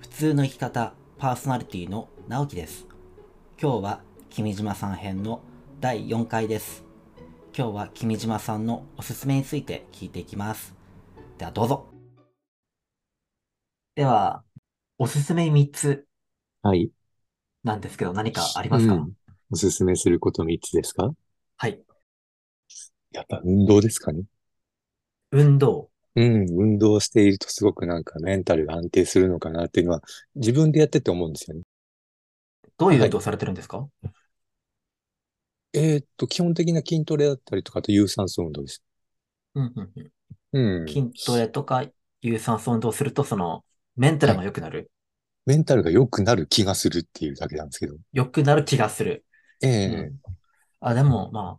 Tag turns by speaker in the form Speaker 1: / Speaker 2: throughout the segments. Speaker 1: 普通の生き方パーソナリティの直樹です今日は君島さん編の第4回です今日は君島さんのおすすめについて聞いていきますではどうぞではおすすめ3つ
Speaker 2: はい。
Speaker 1: なんですけど何かありますか、
Speaker 2: うんおすすめすること3つですか
Speaker 1: はい
Speaker 2: やっぱ運動ですかね。
Speaker 1: 運動
Speaker 2: うん、運動しているとすごくなんかメンタルが安定するのかなっていうのは自分でやってて思うんですよね。
Speaker 1: どういう運動されてるんですか、
Speaker 2: えーっと、基本的な筋トレだったりとか、あと有酸素運動です。
Speaker 1: うんうんうん
Speaker 2: うん。
Speaker 1: 筋トレとか有酸素運動するとそのメンタルが良くなる、
Speaker 2: メンタルが良くなる気がするっていうだけなんですけど。
Speaker 1: 良くなる気がする、
Speaker 2: え
Speaker 1: う
Speaker 2: え
Speaker 1: ん、あでもまあ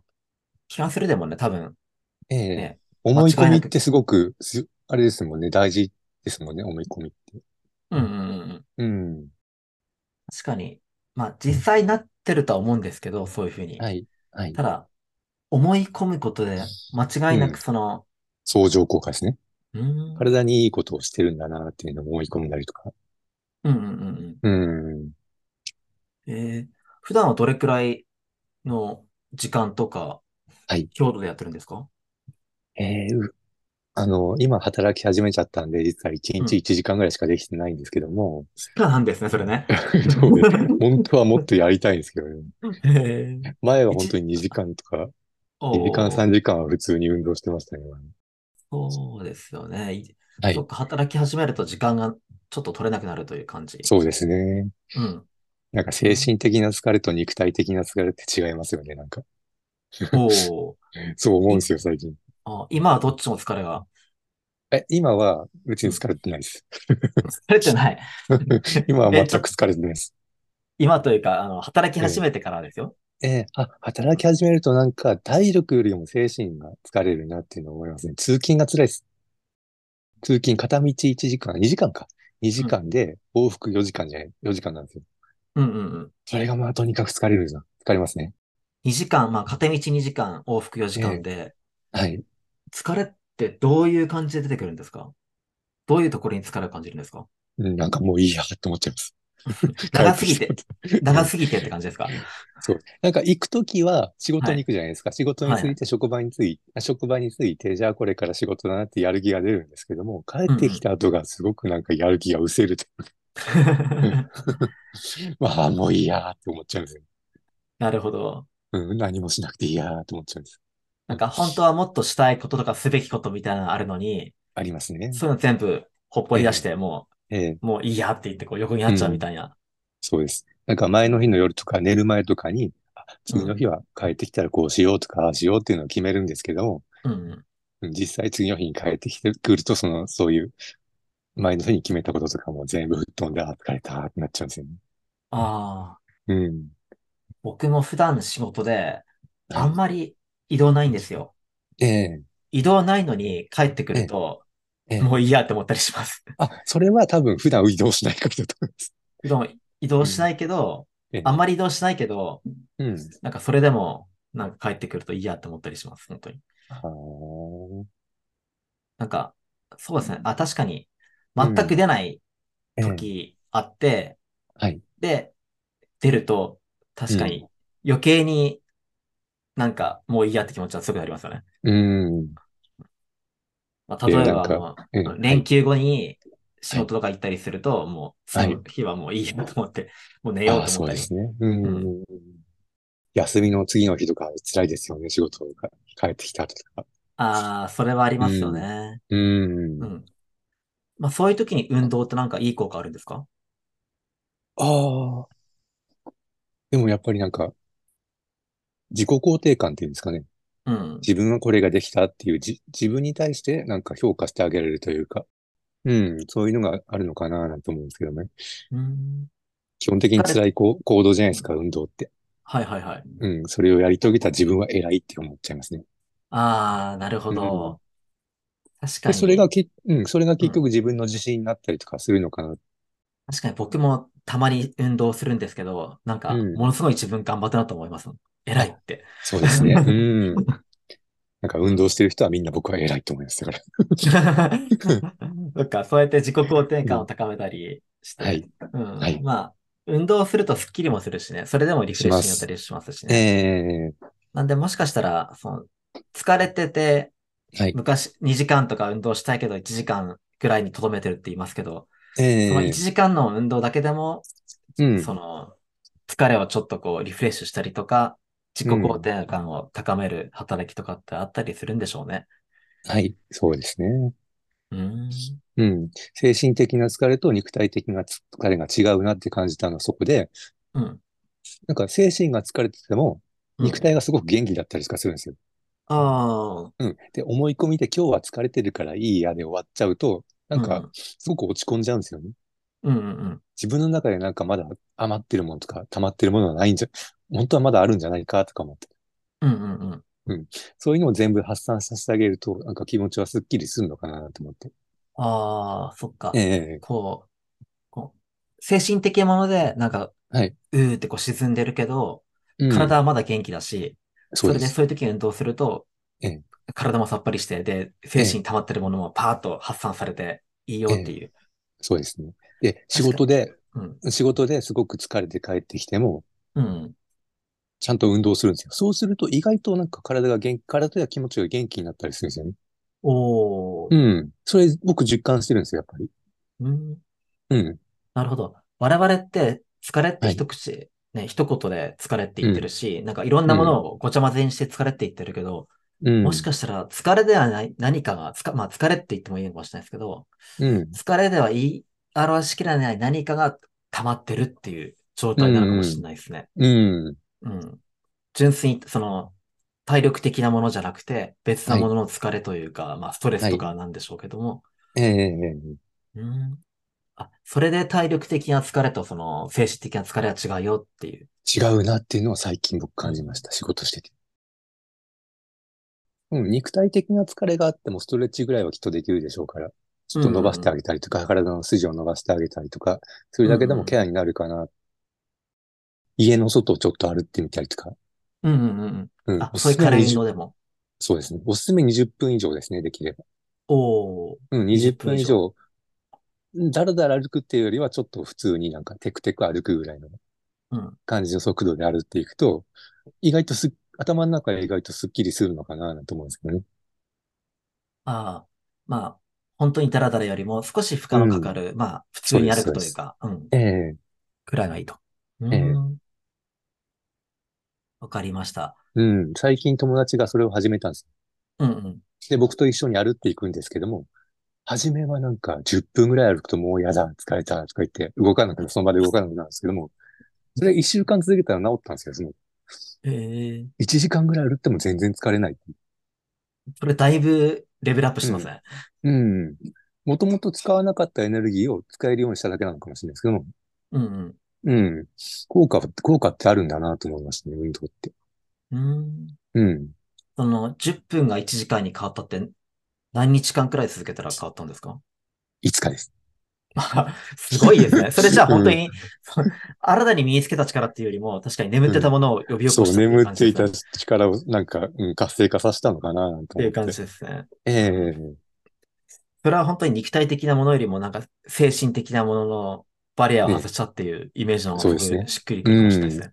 Speaker 1: 気がするでもね多分
Speaker 2: ええ
Speaker 1: ね
Speaker 2: 思い込
Speaker 1: 間違い
Speaker 2: み
Speaker 1: な
Speaker 2: っ
Speaker 1: く
Speaker 2: てすごくす、あれですもんね、大事ですもんね、思い込みって。
Speaker 1: うんうんうんうん
Speaker 2: うん。
Speaker 1: 確かに、まあ実際なってるとは思うんですけど、そういうふうに。
Speaker 2: はい。はい
Speaker 1: た。だ、思い込むことで間違いな
Speaker 2: うん
Speaker 1: くその、
Speaker 2: 相乗効果ですね。
Speaker 1: うーん、うん
Speaker 2: 体にいいことをしてるんだなっていうのを思い込んだりとか。
Speaker 1: うんうん
Speaker 2: うん。
Speaker 1: うん。えー普段はどれくらいの時間とか
Speaker 2: はい、
Speaker 1: 強度でやってるんですか
Speaker 2: えーうあの、今働き始めちゃったんで、実は1日1時間ぐらいしかできてないんですけども、
Speaker 1: なんですね、それね。
Speaker 2: そうです本当はもっとやりたいんですけどね。
Speaker 1: えー
Speaker 2: 前は本当に2時間とか、
Speaker 1: おー
Speaker 2: 2時間3時間は普通に運動してましたね。
Speaker 1: そうですよね。い
Speaker 2: はい
Speaker 1: そっか、働き始めると時間がちょっと取れなくなるという感じ。
Speaker 2: そうですね。
Speaker 1: うん。
Speaker 2: なんか精神的な疲れと肉体的な疲れって違いますよね、なんか。
Speaker 1: おー
Speaker 2: そう思うんですよ、最近。
Speaker 1: あ今はどっちも疲れが。
Speaker 2: え、今は別に疲れてないです。
Speaker 1: 疲れてない。
Speaker 2: 今は
Speaker 1: え
Speaker 2: 全
Speaker 1: っと
Speaker 2: く疲れてないです。
Speaker 1: 今というか、あの、働き始めてからですよ。
Speaker 2: えーあ、働き始めるとなんか体力よりも精神が疲れるなっていうのを思いますね。通勤が辛いです。通勤片道1時間、2時間か。2時間で往復4時間じゃない、4時間なんですよ。
Speaker 1: うんうんうん。
Speaker 2: それがまあとにかく疲れるな。疲れますね。
Speaker 1: 2時間、まあ、片道2時間、往復4時間で、
Speaker 2: はい。
Speaker 1: 疲れってどういう感じで出てくるんですかどういうところに疲れを感じるんですか
Speaker 2: うんなんかもういいやって思っちゃいます。
Speaker 1: 長すぎて
Speaker 2: 帰ってきた後
Speaker 1: 長すぎてって感じですか
Speaker 2: そう。 なんか行くときは仕事に行くじゃないですか。仕事に
Speaker 1: はいは
Speaker 2: ついて職場につい、あ職場について、じゃあこれから仕事だなってやる気が出るんですけども、帰ってきた後がすごくなんかやる気が失せるというかまあ、もういいやーって思っちゃうんですよ。
Speaker 1: なるほど。
Speaker 2: うん、何もしなくていいやーって思っちゃうんです。
Speaker 1: なんか本当はもっとしたいこととかすべきことみたいなのあるのに、
Speaker 2: ありますね。
Speaker 1: そういうの全部ほっぽり出して、も
Speaker 2: ええ、
Speaker 1: う、もういいやって言ってこう横になっちゃうみたいな。
Speaker 2: そうです。なんか前の日の夜とか寝る前とかに、あ次の日は帰ってきたらこうしようとか、ああしようっていうのを決めるんですけども、
Speaker 1: うんうん。
Speaker 2: うん実際次の日に帰ってきてくると、その、そういう、前の日に決めたこととかも全部吹っ飛んで、あー疲れたーってなっちゃうんですよね。
Speaker 1: ああ、
Speaker 2: うん。
Speaker 1: 僕も普段仕事で、
Speaker 2: はい
Speaker 1: あんまり移動ないんですよ。
Speaker 2: ええ、
Speaker 1: 移動ないのに帰ってくると、
Speaker 2: ええ
Speaker 1: もういいやって思ったりします。
Speaker 2: あ、それは多分普段移動しないからだと思います。
Speaker 1: 移動移動しないけど、
Speaker 2: ええ
Speaker 1: あんまり移動しないけど、
Speaker 2: うん。
Speaker 1: なんかそれでも、なんか帰ってくるといいやって思ったりします、本当に。
Speaker 2: あー
Speaker 1: なんか、そうですね。あ、確かに、全く出ない
Speaker 2: ええ
Speaker 1: 時あって、
Speaker 2: はい
Speaker 1: で、出ると、確か
Speaker 2: う
Speaker 1: に、余計になんかもういいやって気持ちはすぐなりますよね。
Speaker 2: うん。
Speaker 1: まあ、例え
Speaker 2: ええな
Speaker 1: ば
Speaker 2: んか
Speaker 1: もう
Speaker 2: ええ
Speaker 1: 連休後に仕事とか行ったりすると、もう、その日はもういいやと思 って、もう寝よう
Speaker 2: ああ、
Speaker 1: と
Speaker 2: そ
Speaker 1: 思
Speaker 2: う
Speaker 1: った
Speaker 2: で
Speaker 1: り。
Speaker 2: すね。うん
Speaker 1: うん
Speaker 2: 休みの次の日とか辛いですよね、仕事とか帰ってきた後とか。
Speaker 1: ああ、それはありますよね。
Speaker 2: うん
Speaker 1: うん。まあ、そういう時に運動ってなんかいい効果あるんですか
Speaker 2: ああ。でもやっぱりなんか、自己肯定感っていうんですかね。
Speaker 1: うん。
Speaker 2: 自分はこれができたっていう、じ、自分に対してなんか評価してあげられるというか。うん、そういうのがあるのかななんて思うんですけどね。
Speaker 1: うん。
Speaker 2: 基本的に辛いこう行動じゃないですか、運動って。
Speaker 1: はいはいはい。
Speaker 2: うん、それをやり遂げた自分は偉いって思っちゃいますね。
Speaker 1: ああ、なるほど。確か
Speaker 2: で、
Speaker 1: に。
Speaker 2: それがき、うん、それが結局自分の自信になったりとかするのかな。
Speaker 1: 確かに僕もたまに運動するんですけど、なんか、
Speaker 2: うん
Speaker 1: ものすごい自分頑張ったなと思います。偉いって。
Speaker 2: そうですね。うん。なんか運動してる人はみんな僕は偉いと思います。だから。
Speaker 1: そっか、そうやって自己肯定感を高めたりして。
Speaker 2: はい。
Speaker 1: うん
Speaker 2: はい
Speaker 1: まあ、運動するとスッキリもするしね、それでもリフレッシュになったりしますしね。
Speaker 2: え
Speaker 1: なんで、もしかしたら、その、疲れてて、
Speaker 2: えはい。
Speaker 1: 昔2時間とか運動したいけど1時間ぐらいにとどめてるって言いますけど、
Speaker 2: え
Speaker 1: その1
Speaker 2: え
Speaker 1: 時間の運動だけでも、
Speaker 2: うん。
Speaker 1: その、疲れをちょっとこうリフレッシュしたりとか、自己肯定感を高める働きとかってあったりするんでしょうね。
Speaker 2: はい。そうですね。
Speaker 1: うん。
Speaker 2: うん。精神的な疲れと肉体的な疲れが違うなって感じたのはそこで、
Speaker 1: うん。
Speaker 2: なんか精神が疲れてても、
Speaker 1: うん
Speaker 2: 肉体がすごく元気だったりとかするんですよ。
Speaker 1: ああ、
Speaker 2: うん。で、思い込みで今日は疲れてるからいいやで終わっちゃうと、なんか、すごく落ち込んじゃうんですよね。
Speaker 1: うんうんうん。
Speaker 2: 自分の中でなんかまだ余ってるものとか溜まってるものはないんじゃ、本当はまだあるんじゃないかとか思って。
Speaker 1: うんうんうん。
Speaker 2: そういうのを全部発散させてあげると、なんか気持ちはスッキリするのかなと思って。
Speaker 1: ああ、そっか。
Speaker 2: ええ
Speaker 1: こう、こう、精神的なもので、なんか、
Speaker 2: はい。
Speaker 1: うーってこう沈んでるけど、
Speaker 2: うん
Speaker 1: 体はまだ元気だし、
Speaker 2: そう
Speaker 1: れ
Speaker 2: で。
Speaker 1: ですそういう時に運動すると
Speaker 2: ええ、
Speaker 1: 体もさっぱりして、で、精神に溜まってるものもパーッと発散されていいよっていう。
Speaker 2: そうですね。で、仕事で、
Speaker 1: うん。
Speaker 2: 仕事ですごく疲れて帰ってきても、
Speaker 1: うん。
Speaker 2: ちゃんと運動するんですよ。そうすると意外となんか体が元気、体や気持ちが元気になったりするんですよね。
Speaker 1: おー。
Speaker 2: うん。それ僕実感してるんですよ、やっぱり。
Speaker 1: うん、
Speaker 2: うん。
Speaker 1: なるほど。我々って疲れって一口、ね、一言で疲れって言ってるし、なんかいろんなものをごちゃ混ぜにして疲れって言ってるけど、
Speaker 2: うん。
Speaker 1: もしかしたら疲れではない何かがつか、まあ疲れって言ってもいいのかもしれないですけど、
Speaker 2: うん。
Speaker 1: 疲れでは言い表しきれない何かが溜まってるっていう状態なのかもしれないですね。
Speaker 2: うん。
Speaker 1: うん。純粋に、その、体力的なものじゃなくて、別なものの疲れというか、まあストレスとかなんでしょうけども、
Speaker 2: ええ
Speaker 1: うん。あ、それで体力的な疲れとその精神的な疲れは違うよっていう。
Speaker 2: 違うなっていうのを最近僕感じました。仕事してて。うん、肉体的な疲れがあってもストレッチぐらいはきっとできるでしょうから、ちょっと伸ばしてあげたりとか、体の筋を伸ばしてあげたりとか、それだけでもケアになるかな。家の外をちょっと歩ってみたりとか。
Speaker 1: うんうんうん
Speaker 2: う
Speaker 1: うん。
Speaker 2: ん、
Speaker 1: あ、
Speaker 2: お
Speaker 1: そう
Speaker 2: す
Speaker 1: いう
Speaker 2: すめ
Speaker 1: 軽い運
Speaker 2: 20
Speaker 1: 動でも。
Speaker 2: そうですね。おすすめ20分以上ですね、できれば。
Speaker 1: おー。
Speaker 2: うん、20分以上。だらだら歩くっていうよりは、ちょっと普通になんかテクテク歩くぐらいの
Speaker 1: うん
Speaker 2: 感じの速度で歩っていくと、意外とすっ、頭の中で意外とスッキリするのかなと思うんですけどね。
Speaker 1: ああ。まあ、本当にダラダラよりも少し負荷のかかる、まあ、普通に歩くというか、うん、
Speaker 2: ええ
Speaker 1: くらいがいいと。う
Speaker 2: ええ
Speaker 1: ん。わかりました。
Speaker 2: うん。最近友達がそれを始めたんです。
Speaker 1: うんうん。
Speaker 2: で、僕と一緒に歩っていくんですけども、初めはなんか10分ぐらい歩くともうやだ、疲れたとか言って、動かなくなる、その場で動かなくなるんですけども、それ1週間続けたら治ったんですよ。その
Speaker 1: ええ
Speaker 2: 1時間ぐらい歩っても全然疲れない。
Speaker 1: それだいぶレベルアップしてますね。
Speaker 2: うん。もともと使わなかったエネルギーを使えるようにしただけなのかもしれないですけども、
Speaker 1: うん
Speaker 2: うん。効果は、効果ってあるんだなと思いましたね、運動って。
Speaker 1: うん。うん。
Speaker 2: うん。
Speaker 1: その、10分が1時間に変わったって、何日間くらい続けたら変わったんですか
Speaker 2: いつかです。
Speaker 1: まあすごいです ね。それじゃあ本当に、その新たに身につけた力っていうよりも、確かに眠ってたものを呼び起
Speaker 2: そ
Speaker 1: こ
Speaker 2: う、
Speaker 1: したってい
Speaker 2: 眠
Speaker 1: う
Speaker 2: っ
Speaker 1: 感
Speaker 2: て
Speaker 1: じ
Speaker 2: い
Speaker 1: ですね
Speaker 2: た力をなんか、うん、活性化させたのかななんて
Speaker 1: ってい
Speaker 2: 思っ
Speaker 1: う感
Speaker 2: て。
Speaker 1: じですね。
Speaker 2: ええ
Speaker 1: それは本当に肉体的なものよりも、なんか精神的なもののバリアを外したっていうイメージの方
Speaker 2: そう
Speaker 1: が
Speaker 2: ですす
Speaker 1: ごい
Speaker 2: ね
Speaker 1: しっくりくるかもしれないですね。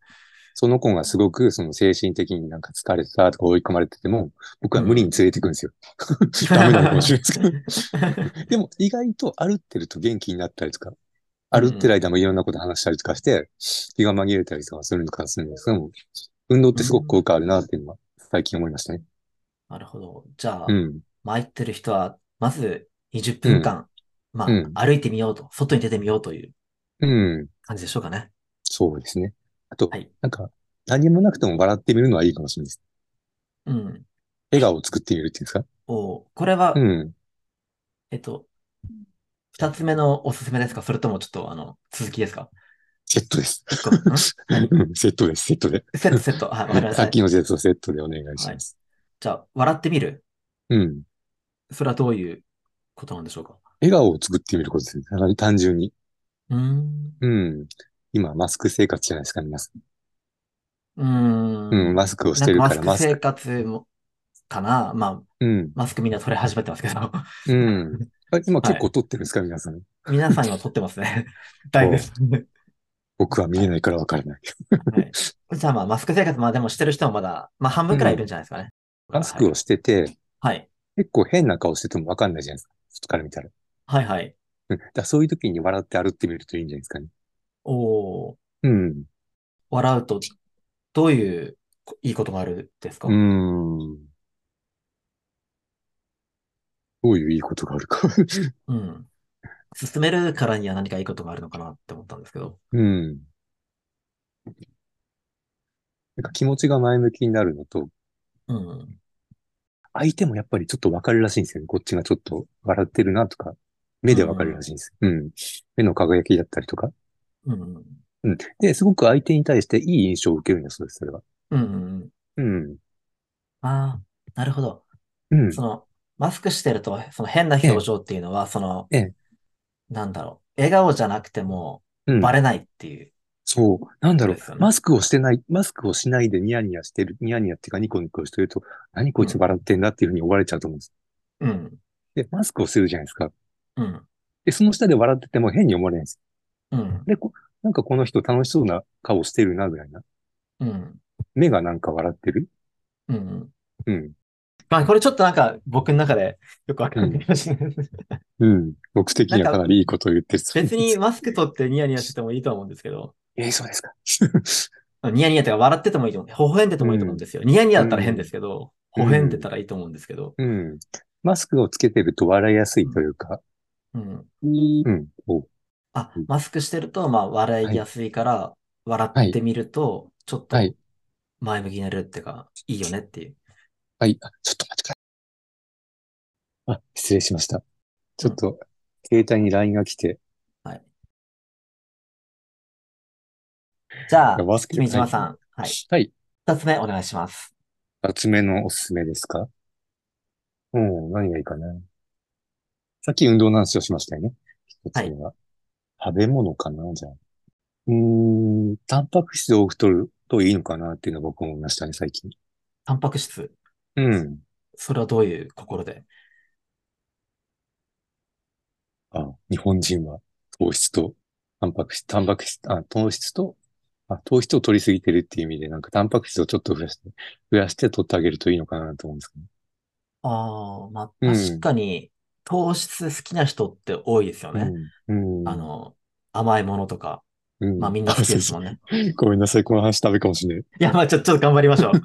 Speaker 2: その子がすごく、その精神的になんか疲れてたとか追い込まれてても、僕は無理に連れていくんですよ。 ダメなのかもしれないですけど。でも意外と歩ってると元気になったりとか、歩ってる間もいろんなこと話したりとかして、気が紛れたりとかするのかもしれないですけども、運動ってすごく効果あるなっていうのは最近思いましたね。
Speaker 1: なるほど。じゃあ
Speaker 2: う、ん。
Speaker 1: 参ってる人は、まず20分間、ま
Speaker 2: うん
Speaker 1: あ、歩いてみようと、外に出てみようという
Speaker 2: うん。
Speaker 1: 感じでしょうかね。
Speaker 2: そうですね。あと
Speaker 1: はい、
Speaker 2: なんか、何もなくても笑ってみるのはいいかもしれないです。
Speaker 1: うん。
Speaker 2: 笑顔を作ってみるっていうんですか
Speaker 1: おうこれは
Speaker 2: う、ん。
Speaker 1: えっと、二つ目のおすすめですかそれともちょっと、あの、続きですか
Speaker 2: セットです。
Speaker 1: 一個ん何
Speaker 2: うんセットです、セットで。
Speaker 1: セット、セット。はい、わかりまし
Speaker 2: さ
Speaker 1: た
Speaker 2: っ。きのやつをセットでお願いします。
Speaker 1: じゃあ、笑ってみる。
Speaker 2: うん。
Speaker 1: それはどういうことなんでしょうか
Speaker 2: 笑顔を作ってみることですね。あの単純に。
Speaker 1: うーん。
Speaker 2: うん。今、マスク生活じゃないですか、皆さん。
Speaker 1: うーん。
Speaker 2: うん、マスクをしてるか
Speaker 1: な
Speaker 2: ら、
Speaker 1: んかマ
Speaker 2: マ
Speaker 1: スク
Speaker 2: ス
Speaker 1: 生
Speaker 2: ク。
Speaker 1: 活もかな。まあ、
Speaker 2: うん。
Speaker 1: マスクみんな取れ始めてますけど、
Speaker 2: うん。あ今結構撮ってるんですか、皆さん。
Speaker 1: 皆さん今取ってます ね。だいぶ。
Speaker 2: 僕は見えないからわからない。
Speaker 1: じゃあまあ、マスク生活、まあでもしてる人もまだ、まあ半分くらいいるんじゃないですかね。
Speaker 2: マスクをしてて、
Speaker 1: はい。
Speaker 2: 結構変な顔しててもわかんないじゃないですか。外から見たら。
Speaker 1: はいはい。
Speaker 2: うん。だからそういう時に笑って歩ってみるといいんじゃないですかね。
Speaker 1: おー、
Speaker 2: うん。
Speaker 1: 笑うと、どういういいことがあるんですか
Speaker 2: うーん。どういういいことがあるか。
Speaker 1: うん。進めるからには何かいいことがあるのかなって思ったんですけど。
Speaker 2: うん。なんか気持ちが前向きになるのと、
Speaker 1: うん。
Speaker 2: 相手もやっぱりちょっとわかるらしいんですよね。こっちがちょっと笑ってるなとか、目でわかるらしいんです。うん。目の輝きだったりとか。
Speaker 1: うん。
Speaker 2: うん。で、すごく相手に対していい印象を受けるんだそうです、それは。
Speaker 1: うんうんうん。
Speaker 2: うん。
Speaker 1: ああ、なるほど。
Speaker 2: うん。
Speaker 1: その、マスクしてると、その変な表情っていうのは、その
Speaker 2: ええ、
Speaker 1: なんだろう。笑顔じゃなくても、
Speaker 2: うん。
Speaker 1: バレないっていう。
Speaker 2: そう。なんだろう
Speaker 1: ですよ。ね
Speaker 2: マスクをしてない、マスクをしないでニヤニヤしてる、ニヤニヤっていうかニコニコしてると、何こいつ笑ってんだっていうふうに思われちゃうと思うんです。
Speaker 1: うん。
Speaker 2: で、マスクをするじゃないですか。
Speaker 1: うん。
Speaker 2: で、その下で笑ってても変に思われないんです。
Speaker 1: うん。
Speaker 2: で、こなんかこの人楽しそうな顔してるな、ぐらいな。
Speaker 1: うん。
Speaker 2: 目がなんか笑ってる
Speaker 1: うん。
Speaker 2: うん。
Speaker 1: まあ、これちょっとなんか、僕の中でよくわかんないかもしれ ないです。
Speaker 2: うん。僕的にはかなりいいことを言ってる。
Speaker 1: 別に。マスク取ってニヤニヤしててもいいとは思うんですけど、
Speaker 2: えーそうですか。
Speaker 1: ニヤニヤってか笑っててもいいと思う。微笑んでてもいいと思うんですよ。ニヤニヤだったら変ですけど、微
Speaker 2: うん
Speaker 1: 笑んでたらいいと思うんですけど、
Speaker 2: うん。マスクをつけてると笑いやすいというか。
Speaker 1: うん。
Speaker 2: うん。お
Speaker 1: あ
Speaker 2: うん、
Speaker 1: マスクしてると、まあ、笑いやすいから、笑ってみると、ちょっと
Speaker 2: はい
Speaker 1: 前向きになれるっていうか、いいよねっていう。
Speaker 2: はい。あ、ちょっと待ってください。あ、失礼しました。ちょっと、携帯に LINE が来て、
Speaker 1: じゃあ、
Speaker 2: マスク
Speaker 1: 君島さん、はい。
Speaker 2: はい。
Speaker 1: 二つ目お願いします。
Speaker 2: 二つ目のおすすめですかうん、何がいいかな。さっき運動の話をしましたよね。一つ目は。食べ物かな、じゃあ。うーん、タンパク質を多く取るといいのかなっていうのは僕思いましたね、最近。
Speaker 1: タンパク質。
Speaker 2: うん。
Speaker 1: それはどういう心で
Speaker 2: あ、日本人は糖質と、タンパク質、タンパク質、あ、糖質と、あ、糖質を取りすぎてるっていう意味で、なんかタンパク質をちょっと増やして、増やして取ってあげるといいのかなと思うんですけど。
Speaker 1: ああ、まあ、
Speaker 2: うん
Speaker 1: 確かに、糖質好きな人って多いですよね。
Speaker 2: うん。うん。
Speaker 1: あ、の、甘いものとか。
Speaker 2: うん。
Speaker 1: まあ、みんな好きですもんね。
Speaker 2: ごめんなさい、この話ダメかもしれない。
Speaker 1: いや、まあ、ちょ、ちょっと頑張りましょう。